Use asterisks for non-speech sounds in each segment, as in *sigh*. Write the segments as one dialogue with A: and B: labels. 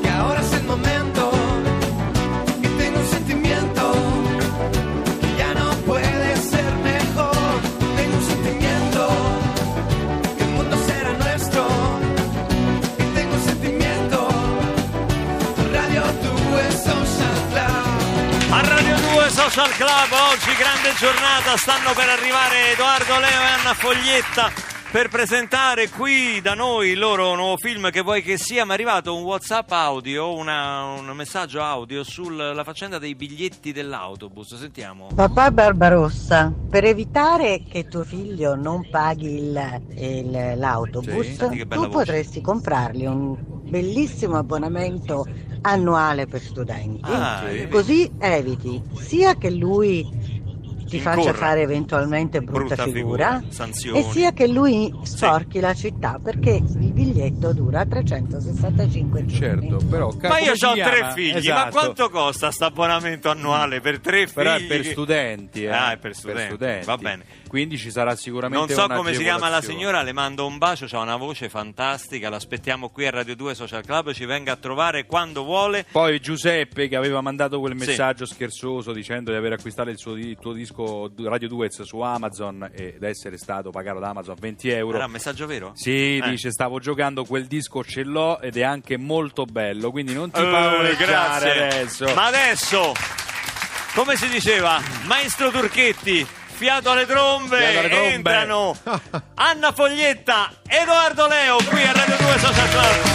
A: que ahora es el momento. Y tengo un sentimiento que ya no puede ser mejor. Tengo un sentimiento que el mundo será nuestro. Y tengo un sentimiento. Radio 2 Social Club.
B: A Radio 2 Social Club oggi grande giornata, stanno per arrivare Edoardo Leo e Anna Foglietta per presentare qui da noi il loro nuovo film che vuoi che sia, mi è arrivato un Whatsapp audio, una- un messaggio audio sulla faccenda dei biglietti dell'autobus, sentiamo.
C: Papà Barbarossa, per evitare che tuo figlio non paghi il- il- l'autobus,
B: Sì, senti che bella
C: tu
B: voce.
C: potresti comprargli un bellissimo abbonamento annuale per studenti.
B: Ah, vedi?
C: Così eviti sia che lui ti
B: Incorra.
C: faccia fare eventualmente brutta, figura,
B: sanzioni.
C: e sia che lui sporchi la città perché il biglietto dura 365 giorni.
D: Certo, però ca-
B: Ma io
D: come si
B: ho
D: chiama?
B: tre figli, ma
D: Esatto.
B: quanto costa sta abbonamento annuale per tre figli?
D: Però è per studenti, eh.
B: Ah, è per studenti, va bene.
D: Quindi ci sarà
B: Non
D: sicuramente
B: so
D: una
B: come si chiama la
D: agevolazione.
B: signora, le mando un bacio, ha una voce fantastica, l'aspettiamo qui a Radio 2 Social Club, ci venga a trovare quando vuole.
D: Poi Giuseppe che aveva mandato quel
B: Sì.
D: messaggio scherzoso dicendo di aver acquistato il, suo, di- il tuo disco du- Radio Duets su Amazon ed essere stato pagato da Amazon 20 euro.
B: Era un messaggio vero?
D: Sì,
B: Eh.
D: dice stavo giocando quel disco, ce l'ho ed è anche molto bello, quindi non ti
B: Eh,
D: favoreggiare
B: grazie.
D: adesso.
B: Ma adesso, come si diceva, maestro Turchetti, fiato alle trombe,
D: Fiato alle trombe. *laughs*
B: entrano Anna Foglietta, Edoardo Leo qui a Radio 2 Social Club.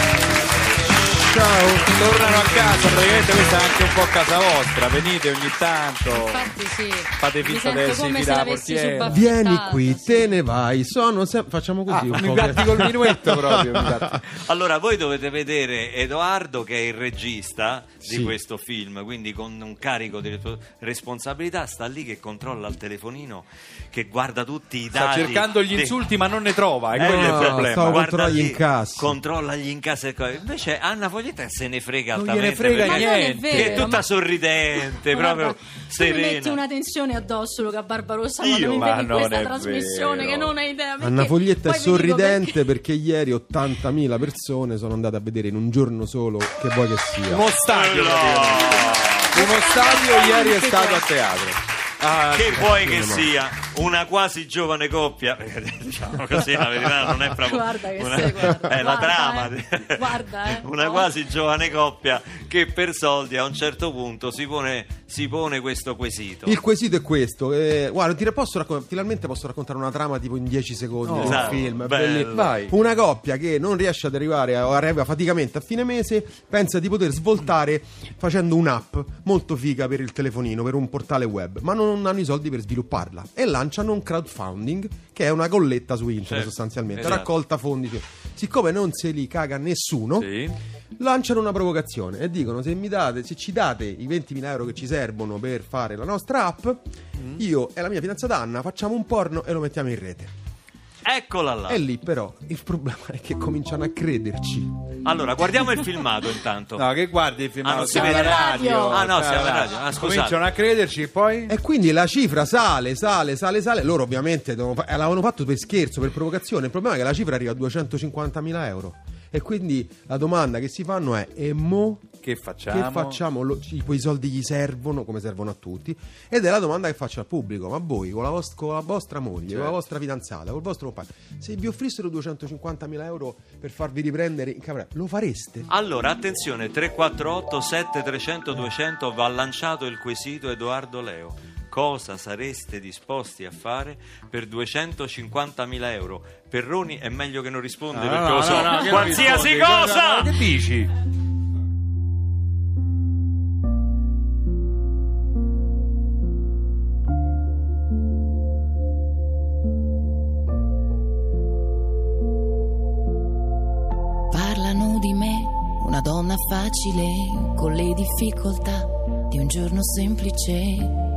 D: Ciao, tornano a casa, praticamente questa è anche un po' casa vostra, venite ogni tanto.
E: Infatti sì.
D: Fate finta
E: Mi
D: di
E: sento
D: esservi
E: come se
D: da
E: l'avessi
D: portiere.
E: subaffittato.
F: Vieni qui,
E: Esatto, Sì.
F: te ne vai. Sono sem- facciamo così un
D: Ah, mi
F: po'.
D: gatti
F: che-
D: col minuetto proprio,
F: *laughs*
D: mi gatti.
E: Ah,
B: Allora, voi dovete vedere Edoardo che è il regista di
F: Sì.
B: questo film, quindi con un carico di re- responsabilità, sta lì che controlla il telefonino, che guarda tutti i
D: Sta
B: dati.
D: cercando gli
B: de-
D: insulti ma non ne trova, e
B: Eh,
D: quello è il
F: no,
D: problema.
F: stavo-
B: Guarda
F: controlla gli
B: lì,
F: incassi.
B: Controlla gli incassi. e co- Invece Anna Foglietta se ne frega
D: Non
B: altamente.
D: gliene frega
E: Ma
B: perché-
E: non è
D: niente.
E: vero.
B: Che è tutta
E: ma-
B: sorridente,
E: Guarda,
B: proprio
E: tu mi metti
B: serena.
E: una tensione addosso, Luca Barbarossa,
B: Io?
E: quando mi
D: Ma
E: vedi
D: non
E: questa
D: è
E: trasmissione
D: vero.
E: che non hai idea. perché
F: Anna Foglietta è
E: poi vi dico
F: sorridente perché...
E: perché-
F: ieri 80.000 persone sono andate a vedere in un giorno solo che vuoi che sia.
D: Uno stadio,
B: No,
D: praticamente. uno stadio ieri è stato a teatro. Ah,
B: Che vuoi che
F: meno male.
B: sia una quasi giovane coppia, *laughs* perché diciamo così la verità non è proprio
E: *laughs* Guarda che
B: una,
E: sei, guarda.
B: *laughs* è la
E: Guarda,
B: trama,
E: eh. Guarda, eh.
B: una
E: Oh.
B: quasi giovane coppia che per soldi a un certo punto si pone, si pone questo quesito.
F: Il quesito è questo. eh, guarda, ti posso raccon- finalmente posso raccontare una trama tipo in 10 secondi
D: Oh,
F: del
B: esatto,
F: film. è
B: bello.
F: bellissimo.
D: Vai.
F: Una coppia che non riesce ad arrivare o arriva faticamente a fine mese, pensa di poter svoltare facendo un'app molto figa per il telefonino, per un portale web, ma non hanno i soldi per svilupparla e lanciano un crowdfunding che è una colletta su internet
B: Certo,
F: sostanzialmente,
B: esatto.
F: raccolta fondi. cioè. Siccome non se li caga nessuno,
D: Sì.
F: lanciano una provocazione e dicono se mi date se ci date i 20.000 euro che ci servono per fare la nostra app io e la mia fidanzata Anna facciamo un porno e lo mettiamo in rete
B: Eccola là.
F: e lì però il problema è che cominciano a crederci
B: Allora, guardiamo il filmato intanto.
D: No, che guardi il film
B: Ah, non
D: alla-
B: si vede.
D: alla radio.
B: Ah, no, siamo alla
D: Ah,
B: radio. Ah, scusate. Eh,
D: Cominciano a crederci e poi
F: e quindi la cifra sale sale sale sale loro ovviamente devono fa- eh, l'avevano fatto per scherzo per provocazione il problema è che la cifra arriva a 250.000 euro e quindi la domanda che si fanno è e mo
D: che facciamo?
F: Che facciamo? Lo- ci- quei soldi gli servono, come servono a tutti. Ed è la domanda che faccio al pubblico: ma voi con la, vos- con la vostra moglie, con
D: Certo.
F: la vostra fidanzata, col vostro compagno, se vi offrissero 250.000 euro per farvi riprendere in camera, lo fareste?
B: Allora, attenzione, 348 7300 200 va lanciato il quesito Edoardo Leo. Cosa sareste disposti a fare per 250.000 euro? Perroni è meglio che non
D: No,
B: risponde
D: no,
B: perché
D: no,
B: lo
D: no,
B: so.
D: no, che
B: Qualsiasi
D: rispondi?
B: cosa!
D: No, no, Che dici?
G: Parlano di me, una donna facile, con le difficoltà di un giorno semplice.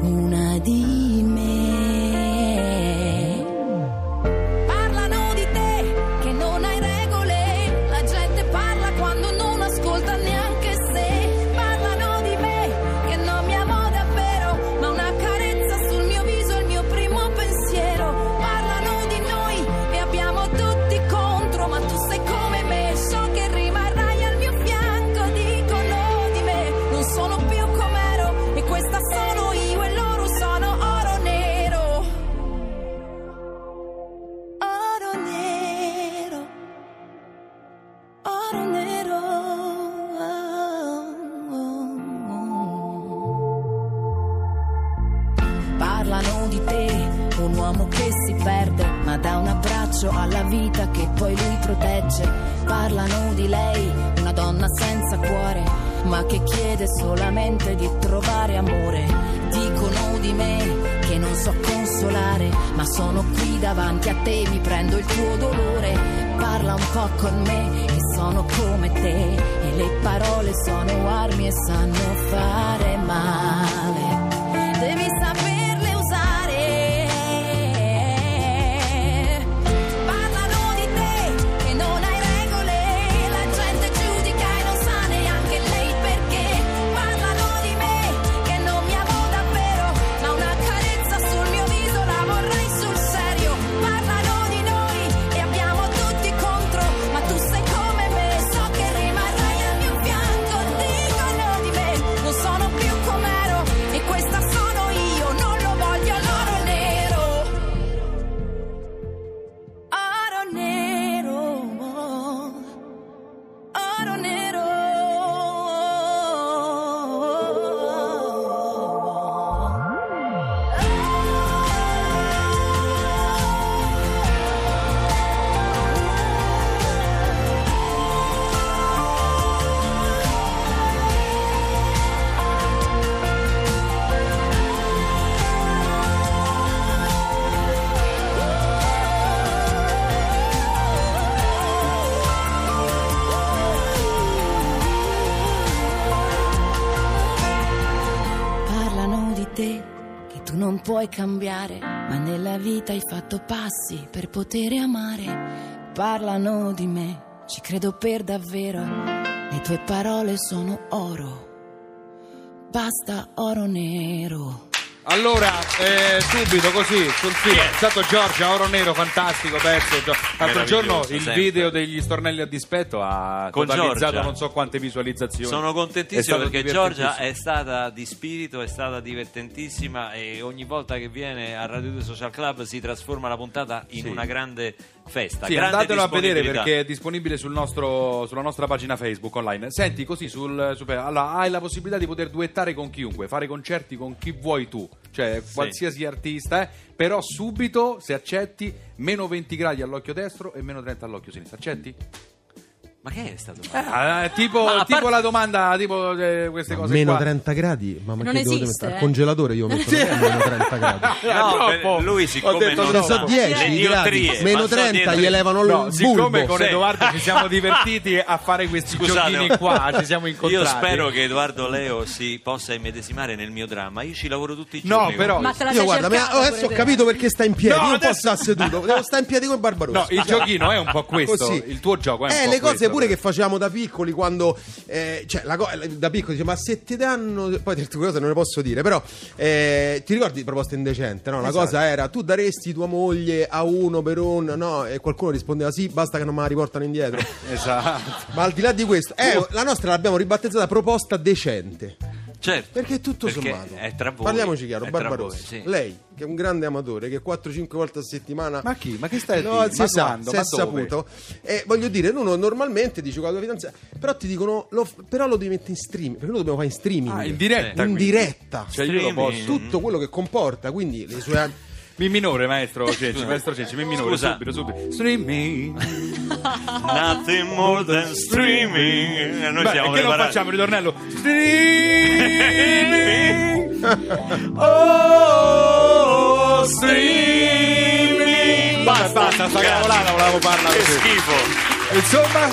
G: una di me. Parlano di te che non hai regole, la gente parla quando non ascolta neanche se. Parlano di me che non mi amo davvero, ma una carezza sul mio viso è il mio primo pensiero. Parlano di noi e abbiamo tutti contro, ma tu sei come me, so che rimarrai al mio fianco. Dicono di me, non sono più com'ero e questa sono io e loro sono oro nero. Oro nero, oro nero. Parlano di te, un uomo che si perde, ma dà un abbraccio alla vita che poi lui protegge. Parlano di lei, una donna senza cuore, ma che chiede solamente di trovare amore. Dicono di me che non so consolare, ma sono qui davanti a te, mi prendo il tuo dolore. Parla un po' con me e sono come te, e le parole sono armi e sanno fare male devi saperle usare. Parlano di te che non hai regole, la gente giudica e non sa neanche lei perché. Parlano di me che non mi amo davvero, ma una carezza sul mio viso la vorrei sul serio. Parlano di noi e abbiamo tutti contro, ma tu sei come me, so che rimarrai al mio fianco. Dicono di me, non sono più com'ero e questa sono io, non lo voglio l'oro nero. Oro nero. Oro nero. Parlano di te che tu non puoi cambiare, ma nella vita hai fatto passi per poter amare. Parlano di me, ci credo per davvero. Le tue parole sono oro. Basta oro nero.
D: Allora, eh, subito così, sul filo.
B: Chi è?
D: È stato Giorgia, Oro Nero, fantastico pezzo. Gio- L'altro
B: Meraviglioso,
D: giorno il
B: sempre.
D: video degli stornelli a dispetto ha
B: Con
D: totalizzato
B: Giorgia.
D: non so quante visualizzazioni.
B: Sono
D: È
B: contentissimo
D: stato
B: perché
D: divertentissimo.
B: Giorgia è stata di spirito, è stata divertentissima e ogni volta che viene a Radio 2 Social Club si trasforma la puntata in
D: Sì.
B: una grande festa.
D: Sì,
B: grande
D: andatelo a vedere
B: disponibilità.
D: perché è disponibile sul nostro- sulla nostra pagina Facebook online. Senti, così sul, sul- allora, hai la possibilità di poter duettare con chiunque, fare concerti con chi vuoi tu, cioè
B: Sì.
D: qualsiasi artista, eh, però subito, se accetti, meno 20 gradi all'occhio destro e meno 30 all'occhio sinistro. Accetti?
B: Ma che è stato?
D: Ah, eh, tipo
B: Ma a
D: tipo
B: parte-
D: la domanda, tipo eh, queste cose
F: Meno
D: qua. *laughs*
F: 30 gradi, ma ma
E: Non
F: che devo
E: esiste,
F: mettere? Al
E: eh.
F: congelatore io metto meno 30 gradi.
B: No, per-
D: Ah, troppo.
B: lui
D: Ho
B: siccome
D: detto
B: non
D: no.
B: sa-
F: So
B: le
F: 10 gradi,
B: diottrie,
F: meno
B: passò
F: 30
B: dietro-
F: gli elevano
D: No,
F: il
D: siccome
F: bulbo.
D: con
B: Sì.
D: Edoardo ci
B: *laughs*
D: siamo divertiti a fare questi giochini qua, ci siamo incontrati.
B: Io spero che Edoardo Leo si possa immedesimare nel mio dramma. Io ci lavoro tutti i
D: No,
B: giorni.
D: però-
E: Ma te la
F: Io
E: sei
F: guarda,
E: cercata,
F: ma adesso ho
E: pure te.
F: capito perché sta in piedi.
D: No,
F: io non
D: adesso-
F: posso stare
D: *laughs*
F: seduto, devo stare in piedi con Barbarossa.
D: No, il giochino è un
F: *laughs*
D: po' questo,
F: Così.
D: il tuo gioco è un
F: Eh,
D: po'
F: le cose
D: questo,
F: pure
D: però.
F: che facevamo da piccoli quando eh, cioè la co- da piccoli dice ma se ti danno poi certe cose non le posso dire però eh, ti ricordi proposta indecente no? la
D: Esatto.
F: cosa era tu daresti tua moglie a uno per un no e qualcuno rispondeva sì basta che non me la riportano indietro
D: Esatto.
F: ma al di là di questo eh, la nostra l'abbiamo ribattezzata proposta decente
B: Certo.
F: perché tutto
B: Perché
F: sommato
B: È tra voi.
F: parliamoci chiaro
B: è tra
F: Barbarossa
B: voi, sì.
F: lei che è un grande amatore che 4-5 volte a settimana
D: Ma chi? Ma che stai
F: no,
D: a dire?
F: si
D: Ma
F: sa,
D: quando?
F: si
D: Ma
F: è
D: dove?
F: saputo. Eh, voglio dire, uno normalmente dice con la tua fidanzata, però ti dicono, lo f- però lo devi mettere in streaming, perché noi dobbiamo fare in streaming.
D: Ah, in diretta,
F: In
D: quindi.
F: diretta.
D: Cioè io lo
B: Streaming.
D: posso
F: Tutto quello che comporta, quindi le sue...
D: Mi minore,
B: *laughs*
D: maestro Cenci, maestro Cenci, mi minore,
B: Scusa.
D: subito, subito. Streaming.
B: Nothing more than streaming. Eh, Noi
D: Beh,
B: siamo
D: che non
B: preparati.
D: facciamo il
B: *laughs*
D: ritornello? Streaming.
B: Oh,
D: streaming. Basta, basta, sta
B: Grazie.
D: cavolata, volevo farla
B: Che
D: così.
B: schifo.
F: Insomma,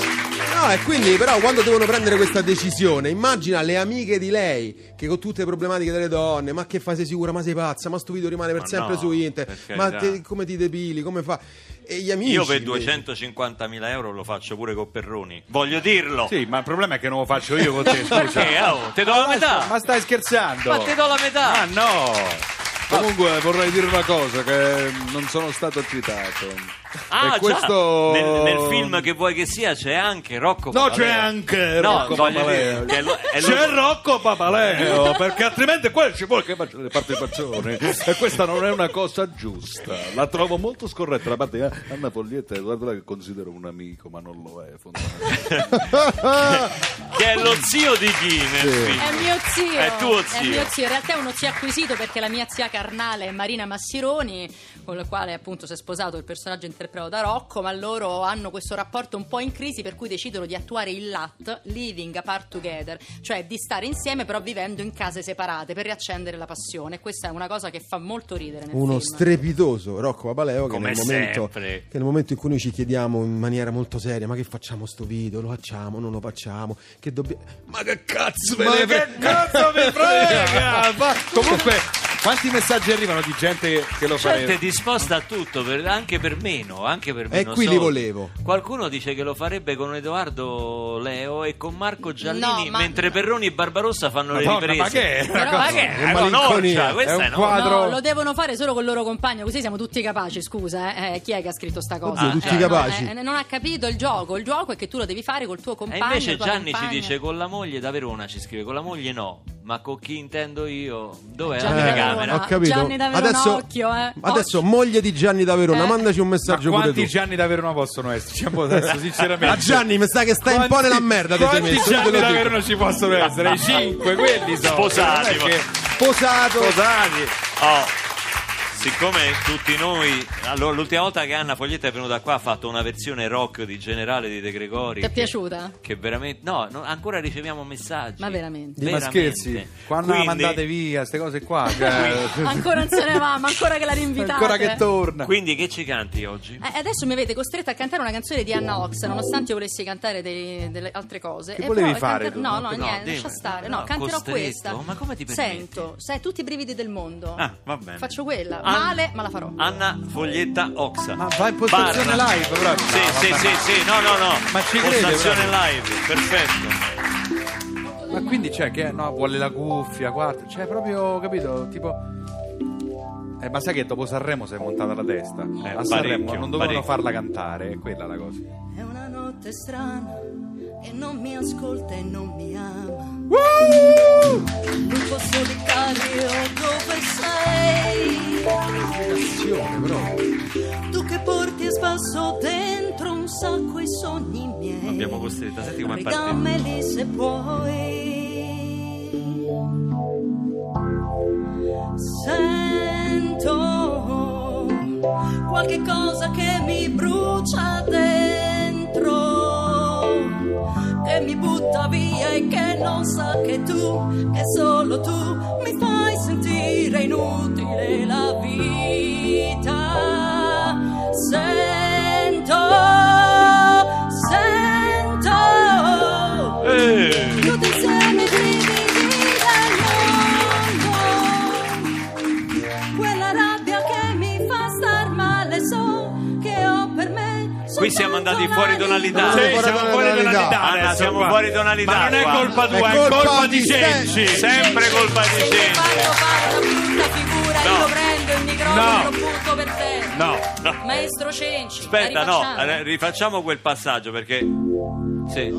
F: no, e quindi però quando devono prendere questa decisione, immagina le amiche di lei che con tutte le problematiche delle donne, ma che fai sei sicura, ma sei pazza, ma sto video rimane per
B: Ma
F: sempre
B: no,
F: su internet,
B: per
F: ma
B: carità.
F: te- come ti depili, come fa? E gli amici...
B: Io per
F: invece-
B: 250.000 euro lo faccio pure con Perroni. Voglio dirlo.
D: Sì, ma il problema è che non lo faccio io con te, scusa.
B: Perché? Oh, te do la metà.
D: Ma stai scherzando?
B: Ma te do la metà.
D: Ah no! Comunque vorrei dire una cosa che non sono stato citato.
B: Ah, già.
D: e questo
B: nel, nel film che vuoi che sia c'è anche Rocco
D: No,
B: Papaleo.
D: c'è anche
B: No,
D: Rocco
B: voglio
D: Papaleo.
B: dire, è lo- è lo-
D: C'è Rocco Papaleo, perché altrimenti qua ci vuole che faccia le partecipazioni. E questa non è una cosa giusta. La trovo molto scorretta da parte di Anna Foglietta, guarda che considero un amico, ma non lo è fondamentalmente.
B: che è lo zio di chi nel film?
E: È mio zio.
B: È tuo zio.
E: È mio zio. In realtà è uno zio acquisito perché la mia zia carnale è Marina Massironi, con la quale appunto si è sposato il personaggio interpretato da Rocco, ma loro hanno questo rapporto un po' in crisi per cui decidono di attuare il LAT, Living Apart Together, cioè di stare insieme però vivendo in case separate per riaccendere la passione. Questa è una cosa che fa molto ridere nel
F: uno
E: film.
F: strepitoso Rocco Papaleo che
B: Come
F: nel, momento,
B: sempre.
F: che nel momento in cui noi ci chiediamo in maniera molto seria ma che facciamo sto video lo facciamo non lo facciamo che dobbiamo ma che cazzo me
D: Ma
F: ne
D: che
F: frega?
D: cazzo *laughs* mi frega! Ma comunque, quanti messaggi arrivano di gente che lo
B: Gente
D: farebbe?
B: Cioè, disposta a tutto, per- anche per meno, anche
D: Eh,
B: per
F: E
B: meno
F: qui li
B: soldi.
F: volevo.
B: Qualcuno dice che lo farebbe con Edoardo Leo e con Marco Giallini,
E: No, ma-
B: mentre Perroni e Barbarossa fanno le
D: Madonna,
B: riprese.
D: ma che è?
E: Però-
B: Ma che è?
F: Che
B: È una
F: malinconia.
B: noccia, Eh, questa
D: È un
B: è una-
D: quadro.
E: No, lo devono fare solo col loro compagno, così siamo tutti capaci. Scusa, eh, eh, chi è che ha scritto sta cosa?
F: Oddio, tutti
E: Eh, no,
F: capaci.
E: eh, non ha capito il gioco. Il gioco è che tu lo devi fare col tuo
B: E
E: compagno.
B: invece
E: tua
B: Gianni ci
E: compagna.
B: dice con la moglie da Verona, ci scrive con la moglie no, ma con chi intendo io? Dov'è
E: Gianni
B: la
E: da
B: telecamera?
E: Verona.
F: ho capito.
E: Gianni da Verona,
F: adesso,
E: occhio, eh.
F: adesso
E: Occhio.
F: moglie di Gianni da Verona
E: Eh.
F: mandaci un
D: Ma
F: messaggio pure tu
D: quanti Gianni da Verona possono esserci? *laughs* Adesso, sinceramente.
F: a Gianni mi sa che stai un po' nella merda te sei
D: Quanti
F: messo, io te
D: Gianni
F: lo
D: da
F: dico.
D: Verona ci possono essere? I cinque, quelli sono.
B: Sposati,
D: Non è che-
F: sposato
D: Sposati.
B: Oh, siccome tutti noi, allora, l'ultima volta che Anna Foglietta è venuta qua ha fatto una versione rock di Generale di De Gregori.
E: Ti è
B: che-
E: piaciuta?
B: Che veramente, no, no, ancora riceviamo messaggi.
E: Ma veramente?
D: Ma
B: Veramente.
D: scherzi, quando la
B: Quindi-
D: mandate via, queste cose qua. cioè,
E: ancora non se ne va, ma ancora che la rinvitate.
D: ancora che torna.
B: Quindi che ci canti oggi?
E: Eh, adesso mi avete costretta a cantare una canzone di Anna Ox, nonostante io volessi cantare dei- delle altre cose.
D: Che
E: Eh,
D: volevi
E: però
D: fare
E: cantare-
D: tu?
E: No, no,
D: No,
E: niente,
B: dimmi.
E: lascia stare.
B: No,
E: No, canterò
B: costretto?
E: questa.
B: Ma come ti permetti?
E: Sento, sai, tutti i brividi del mondo.
B: Ah, va bene. Ah.
E: Faccio quella.
B: An-
E: Male, ma la farò.
B: Anna Foglietta Oxa.
D: Ma vai in postazione
B: Barra.
D: live, bravo.
B: Sì,
D: No,
B: sì,
D: vabbè.
B: sì, sì, no, no, no.
D: Ma ci crede,
B: Postazione live, perfetto.
D: Ma quindi c'è che no, vuole la cuffia, guarda, cioè proprio, capito, tipo eh, ma sai che dopo Sanremo si è montata la testa? a Sanremo
B: Eh, parecchio,
D: non dovevano
B: parecchio.
D: farla cantare, è quella la cosa.
H: È una notte strana che non mi ascolta e non mi ama. Lupo solitario oh, dove sei? Tu che porti a spasso dentro un sacco i sogni miei.
B: Abbiamo costretta, senti come parte.
H: Regameli se puoi. Sento qualche cosa che mi brucia dentro, che mi butta via e che non sa che tu, che solo tu mi fai sentire inutile la vita. Sento, sento.
B: Eh,
H: Tutti insieme brividi dal mondo Quella rabbia che mi fa star male So che ho per me
B: Qui siamo andati fuori
D: Ah,
B: tonalità.
F: Sì, siamo fuori tonalità
B: Anna,
D: adesso,
B: siamo
D: guarda.
B: fuori tonalità
D: Ma non è
B: qua.
D: colpa tua,
F: È
D: è colpa,
F: colpa
D: di
F: di
D: Cenci.
F: Cenci.
B: sempre colpa di
H: Se mi
B: gente.
H: fanno fare una brutta figura
B: No.
H: Io lo prendo il
D: No.
H: microfono e lo butto per te
D: No.
H: Maestro Cenci
B: Aspetta,
H: la
B: no,
H: rifacciamo?
B: eh, rifacciamo quel passaggio perché. Sì.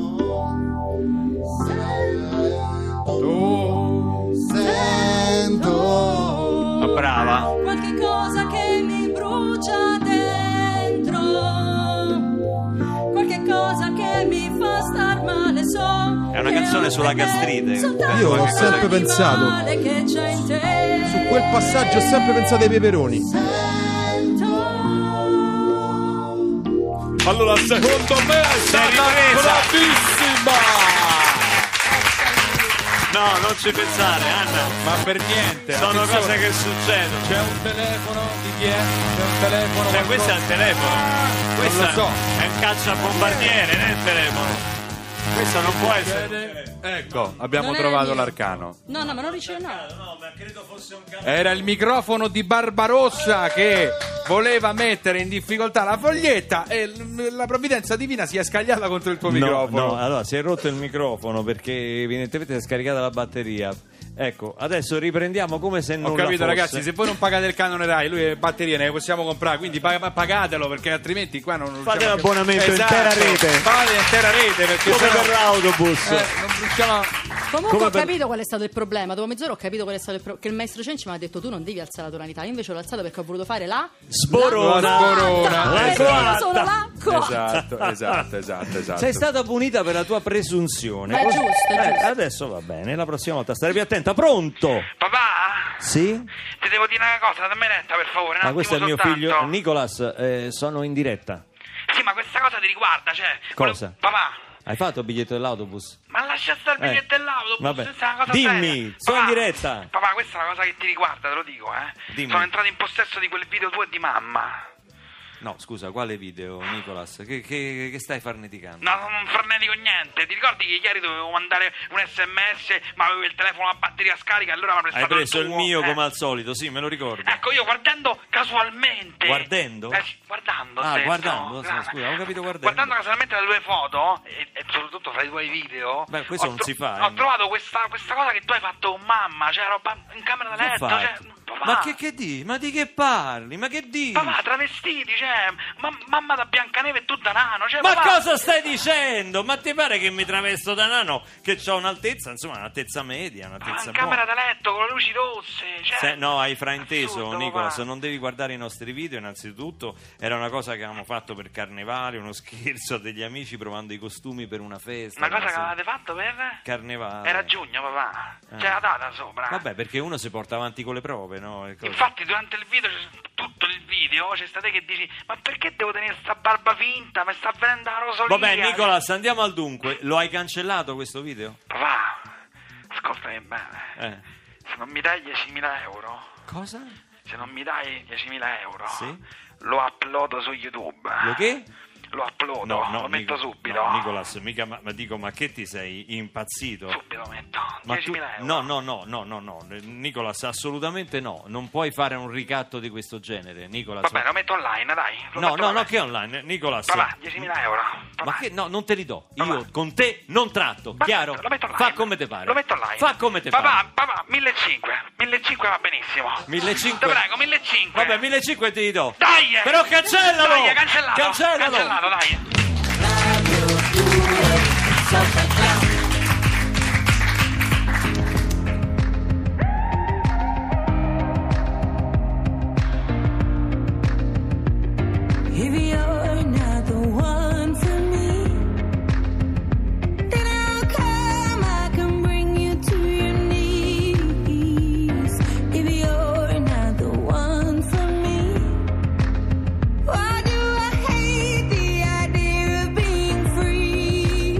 B: Ma brava.
H: qualche cosa che mi brucia dentro, qualche cosa che mi fa star male. So
B: È una canzone sulla gastrite.
F: Io ho sempre pensato-
H: Che c'è in te.
F: su quel passaggio ho sempre pensato ai peperoni Allora, secondo me è stata
B: ripresa.
F: bravissima!
B: No, non ci pensare, Anna.
D: Ma per niente.
B: Sono
D: attenzione.
B: cose che succedono.
D: C'è un telefono di chi è? C'è un telefono.
B: Cioè,
D: qualcosa-
B: Ah, questo è il telefono. Questo
D: lo so.
B: è un cacciabombardiere, non è il telefono. Questo non può essere.
D: Ecco, abbiamo
E: Non era
D: trovato
E: mio.
D: l'arcano.
E: No, no, ma non riceve no.
B: No, ma credo fosse un cazzo.
D: Era il microfono di Barbarossa che voleva mettere in difficoltà la foglietta e l- la provvidenza divina si è scagliata contro il tuo microfono.
B: No, allora si è rotto il microfono perché evidentemente si è scaricata la batteria. Ecco, adesso riprendiamo come se non
D: Ho capito ragazzi, se voi non pagate il canone Rai, lui e batterie ne possiamo comprare, quindi pag- pagatelo perché altrimenti qua non
B: Fate
D: riusciamo a-
B: l'abbonamento intera rete.
D: Fate intera rete perché
B: come
D: sennò-
B: per l'autobus.
D: eh, non riusciamo a-
E: Comunque
B: Come
E: ho
B: per-
E: capito qual è stato il problema. Dopo mezz'ora ho capito qual è stato il problema. Che il maestro Cenci mi ha detto tu non devi alzare la tonalità. Io invece l'ho alzata perché ho voluto fare la
D: La sborona.
B: Sborona.
E: cotta,
B: La
E: perché io
B: cotta.
E: sono la cotta.
D: Esatto, esatto, esatto, esatto.
B: Sei stata punita per la tua presunzione.
E: Ma è giusto, è
B: Eh,
E: giusto.
B: adesso va bene, la prossima volta stare più attenta. Pronto?
I: Papà,
B: Sì?
I: ti devo dire una cosa, dammi retta per favore. Un
B: Ma
I: attimo
B: questo è mio
I: soltanto.
B: figlio Nicolas, eh, sono in diretta.
I: Sì, ma questa cosa ti riguarda, cioè.
B: Cosa?
I: volevo- Papà,
B: Hai fatto il biglietto dell'autobus?
I: ma lascia stare il
B: Eh,
I: biglietto dell'autobus.
B: vabbè.
I: questa è una cosa
B: Dimmi,
I: seria.
B: sono
I: Papà,
B: in diretta.
I: Papà, questa è una cosa che ti riguarda, te lo dico, eh.
B: Dimmi.
I: Sono entrato in possesso di quel video tuo e di mamma.
B: No, scusa, quale video, Nicolas? Che, che- che stai farneticando?
I: No, non farnetico niente. Ti ricordi che ieri dovevo mandare un sms, ma avevo il telefono a batteria scarica e allora mi ha prestato
B: Hai preso il
I: tuo,
B: mio
I: eh.
B: come al solito, sì, me lo ricordo.
I: Ecco, io guardando casualmente.
B: Guardando?
I: Eh, sì, guardando.
B: Ah,
I: stesso.
B: guardando, sì,
I: Guarda.
B: scusa, avevo capito guardando.
I: casualmente le tue foto e, e soprattutto fra i tuoi video.
B: Beh, questo
I: ho
B: non
I: tro-
B: si fa,
I: Ho
B: eh.
I: trovato questa, questa cosa che tu hai fatto con mamma, cioè roba in camera da
B: Che
I: letto.
B: fai?
I: Cioè, papà,
B: Ma che, che dici? Ma di che parli? Ma che dici?
I: Papà, travestiti, cioè, ma- mamma da Biancaneve e tu da nano. Cioè,
B: Ma
I: papà,
B: cosa stai dicendo? Ma ti pare che mi travesto da nano? Che ho un'altezza, insomma, un'altezza media,
I: papà,
B: un'altezza
I: in camera
B: buona.
I: da letto con le luci rosse. Cioè,
B: Se- no, hai frainteso,
I: assurdo,
B: Nicolas.
I: papà.
B: Non devi guardare i nostri video. Innanzitutto, era una cosa che avevamo fatto per carnevale, uno *laughs* scherzo a degli amici provando i costumi per una festa.
I: Una cosa che
B: se-
I: avevate fatto per.
B: Carnevale.
I: Era giugno, papà.
B: Ah.
I: C'era data sopra.
B: Vabbè, perché uno si porta avanti con le prove, no? E cose.
I: Infatti durante il video, c'è tutto il video, c'è sta te che dici ma perché devo tenere sta barba finta? Mi sta venendo la rosolia.
B: Vabbè, Nicolas, andiamo al dunque. Lo hai cancellato questo video?
I: Papà, ascoltami bene.
B: Eh.
I: Se non mi dai 10.000 euro,
B: Cosa?
I: se non mi dai 10.000 euro,
B: Sì.
I: lo uploado su YouTube.
B: Lo che?
I: Lo uploado, Ah, lo metto
B: Nico-
I: subito.
B: no, Nicolas, mica, ma, ma dico, ma che ti sei impazzito?
I: Subito lo metto.
B: Ma
I: 10.000
B: tu-
I: euro.
B: no, no, no, no, no, no, Nicolas, assolutamente no. Non puoi fare un ricatto di questo genere, Nicolas.
I: Vabbè, lo metto online, dai. lo
B: no,
I: metto
B: no,
I: online.
B: no, che online, Nicolas.
I: Papà, 10.000 euro. Papà.
B: Ma che no, non te li do.
I: Papà.
B: Io con te non tratto,
I: Ma
B: chiaro?
I: Lo metto online.
B: Fa come te pare.
I: Lo metto online.
B: Fa come te
I: papà,
B: pare.
I: Papà, 1500. 1500 va benissimo.
B: 1500.
I: Te prego, 1500.
B: Vabbè, 1500 te li do.
I: Dai! eh.
B: Però cancellalo!
I: Dai, eh, cancellato.
B: Cancellalo!
I: Cancellato, dai.
J: If you're not the one for me, then I'll come. I can bring you to your knees. If you're not the one for me, why do I hate the idea of being free?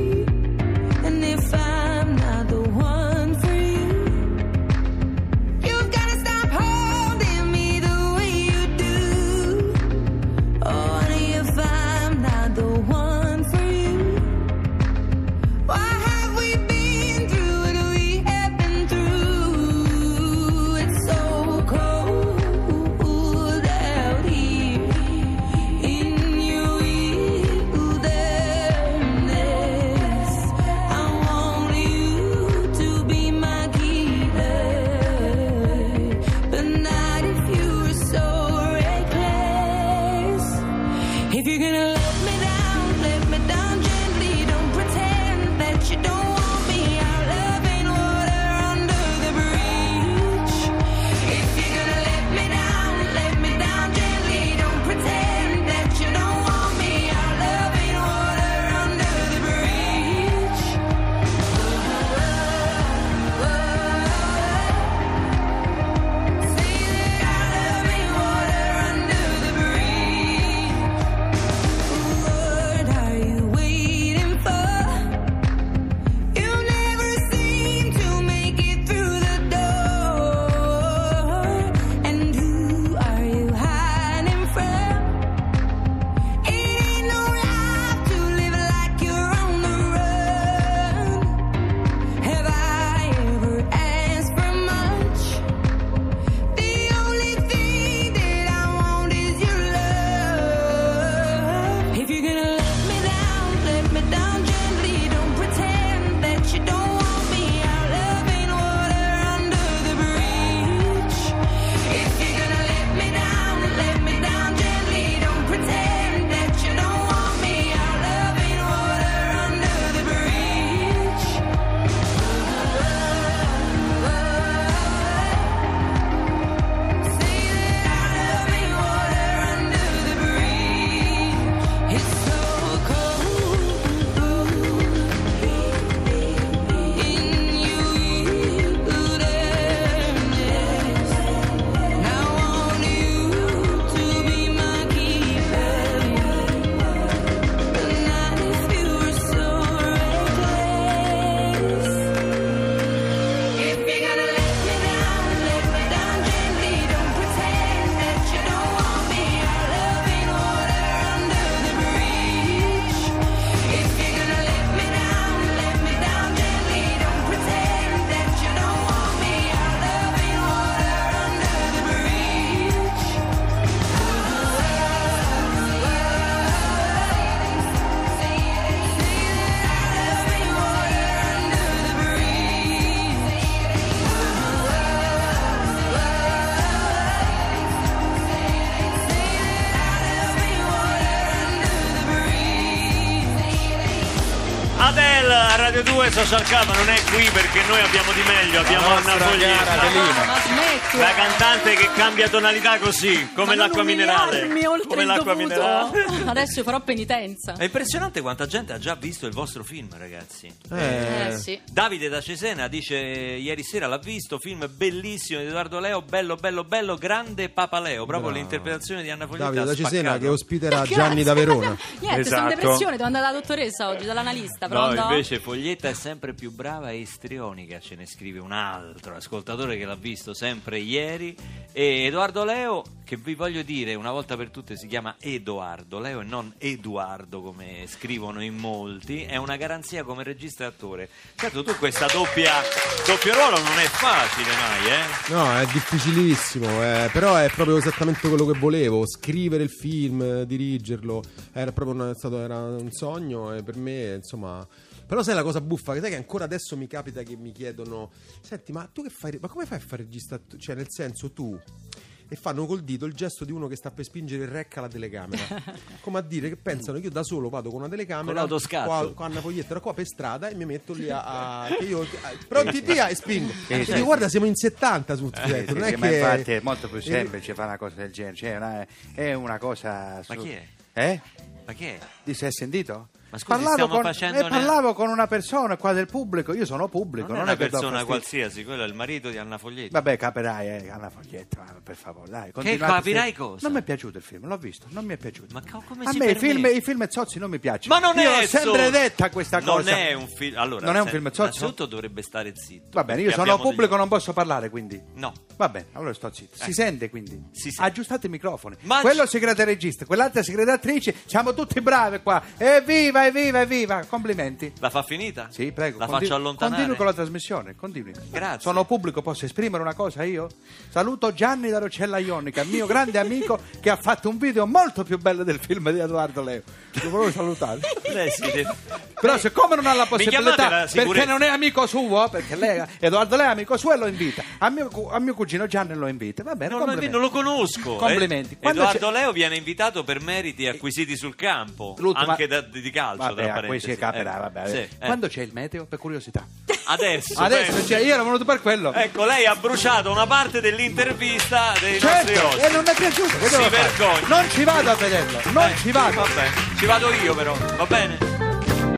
G: Oh,
B: Radio 2 Social Club non è qui perché noi abbiamo di meglio, abbiamo Anna
H: nostra cara
B: Foglietta.
H: Adelina.
E: Ma smettila.
B: La cantante che cambia tonalità così, come
E: Ma non
B: l'acqua minerale.
E: umiliarmi oltre
B: Come
E: il
B: l'acqua
E: dovuto.
B: minerale.
E: Adesso farò penitenza.
B: È impressionante quanta gente ha già visto il vostro film, ragazzi.
E: Eh, sì.
B: Davide da Cesena dice ieri sera l'ha visto, film bellissimo di Edoardo Leo, bello bello bello, grande Papaleo, proprio l'interpretazione di Anna Foglietta.
F: Davide da
B: ha
F: Cesena
B: spaccato.
F: che ospiterà
E: Grazie.
F: Gianni da Verona.
E: *laughs* Niente, sono
H: Esatto.
E: in depressione, devo andare dalla dottoressa oggi, dall'analista,
B: No,
E: pronto?
B: invece Foglietta è sempre più brava e istrionica, ce ne scrive un altro ascoltatore che l'ha visto sempre ieri. E Edoardo Leo, che vi voglio dire una volta per tutte, si chiama Edoardo Leo e non Eduardo come scrivono in molti, è una garanzia come regista e attore. Certo, tu questa doppia doppio ruolo non è facile mai, eh?
F: No, è difficilissimo, eh, però è proprio esattamente quello che volevo, scrivere il film, eh, dirigerlo, era proprio una- è stato- era un sogno e per me, insomma... Però sai la cosa buffa, che sai che ancora adesso mi capita che mi chiedono, senti ma tu che fai, ma come fai a fare regista? tu?" Cioè nel senso tu... E fanno col dito il gesto di uno che sta per spingere il rec alla
B: *laughs*
F: telecamera. Come a dire che pensano che io da solo vado con una
B: Con
F: telecamera,
B: l'autoscatto.
F: qua, con una foglietta da qua per strada e mi metto lì a. a- che io, a- pronti via e spingo. E dico, guarda, siamo in 70 su
K: Sì,
F: Twitter,
K: Eh, sì,
F: non è
K: sì,
F: che.
K: ma infatti è molto più
F: eh,
K: semplice fare una cosa del genere. Cioè, è una- è una cosa.
B: Ma chi è?
K: Eh?
B: Ma che è?
K: Di se è sentito?
B: Ma scusi, stiamo
K: con,
B: facendo
K: eh,
B: una-
K: parlavo con una persona qua del pubblico. Io sono pubblico,
B: Non,
K: non,
B: è una
K: che do
B: persona
K: fastidio.
B: qualsiasi, quello è il marito di Anna Foglietta.
K: Vabbè, capirai, eh, Anna Foglietta, ma per favore, dai. continuate
B: capirai
K: sempre.
B: cosa?
K: Non mi è piaciuto il film, l'ho visto, non mi è piaciuto.
B: Ma co- come
K: A
B: si
K: me i film,
B: permette?
K: i film zozzi non mi piacciono.
B: Ma non
K: Cioè, Io
B: è
K: l'ho sempre
B: zozzo.
K: detta questa
B: non
K: cosa.
B: È un film, allora,
K: Non è un
B: se-
K: film zozzo?
B: innanzitutto dovrebbe stare zitto.
K: Va bene, io
B: perché
K: sono
B: abbiamo degli-
K: pubblico, non posso parlare, quindi.
B: No.
K: Va bene, allora sto zitto. Si
B: Eh.
K: sente quindi?
B: Si sente.
K: Aggiustate i microfoni.
B: Ma-
K: Quello segretario regista, quell'altra segretatrice, siamo tutti bravi qua. Evviva, evviva, evviva. Complimenti.
B: La fa finita?
K: Sì, prego.
B: La
K: continu-
B: faccio allontanare.
K: Continui con la trasmissione, continui.
B: Grazie.
K: Sono pubblico, posso esprimere una cosa io? Saluto Gianni da Rocella Ionica, mio grande amico
B: *laughs*
K: che ha fatto un video molto più bello del film di Edoardo Leo. Lo volevo salutare.
B: Lei
K: *laughs*
B: si deve-
D: Eh,
K: Però siccome non ha la
B: chiamate la
K: possibilità, perché
B: sicurezza.
K: non è amico suo, perché lei, Edoardo Lei è amico suo e lo invita. A mio, cu- a mio cugino Gianni lo invita. Va bene,
B: Non lo,
K: complimenti.
B: non lo conosco.
K: Complimenti.
B: Eh,
K: Quando
B: Edoardo
K: c'è-
B: Leo viene invitato per meriti acquisiti sul campo,
K: L'ultima-
B: anche da- di di calcio.
K: Vabbè,
B: tra
K: a cui si
B: parentesi.
K: capirà,
B: Eh,
K: vabbè.
B: sì, eh.
K: Quando c'è il meteo? Per curiosità.
B: Adesso.
K: Adesso,
B: penso.
K: cioè, io ero venuto per quello.
B: Ecco, lei ha bruciato una parte dell'intervista dei nostri
K: Certo,
B: ospiti.
K: e non mi è piaciuto. che
B: Si
K: devo fare?
B: vergogna.
K: Non ci vado a vederlo, non
B: Eh,
K: ci vado.
B: Vabbè, ci vado io però, va bene?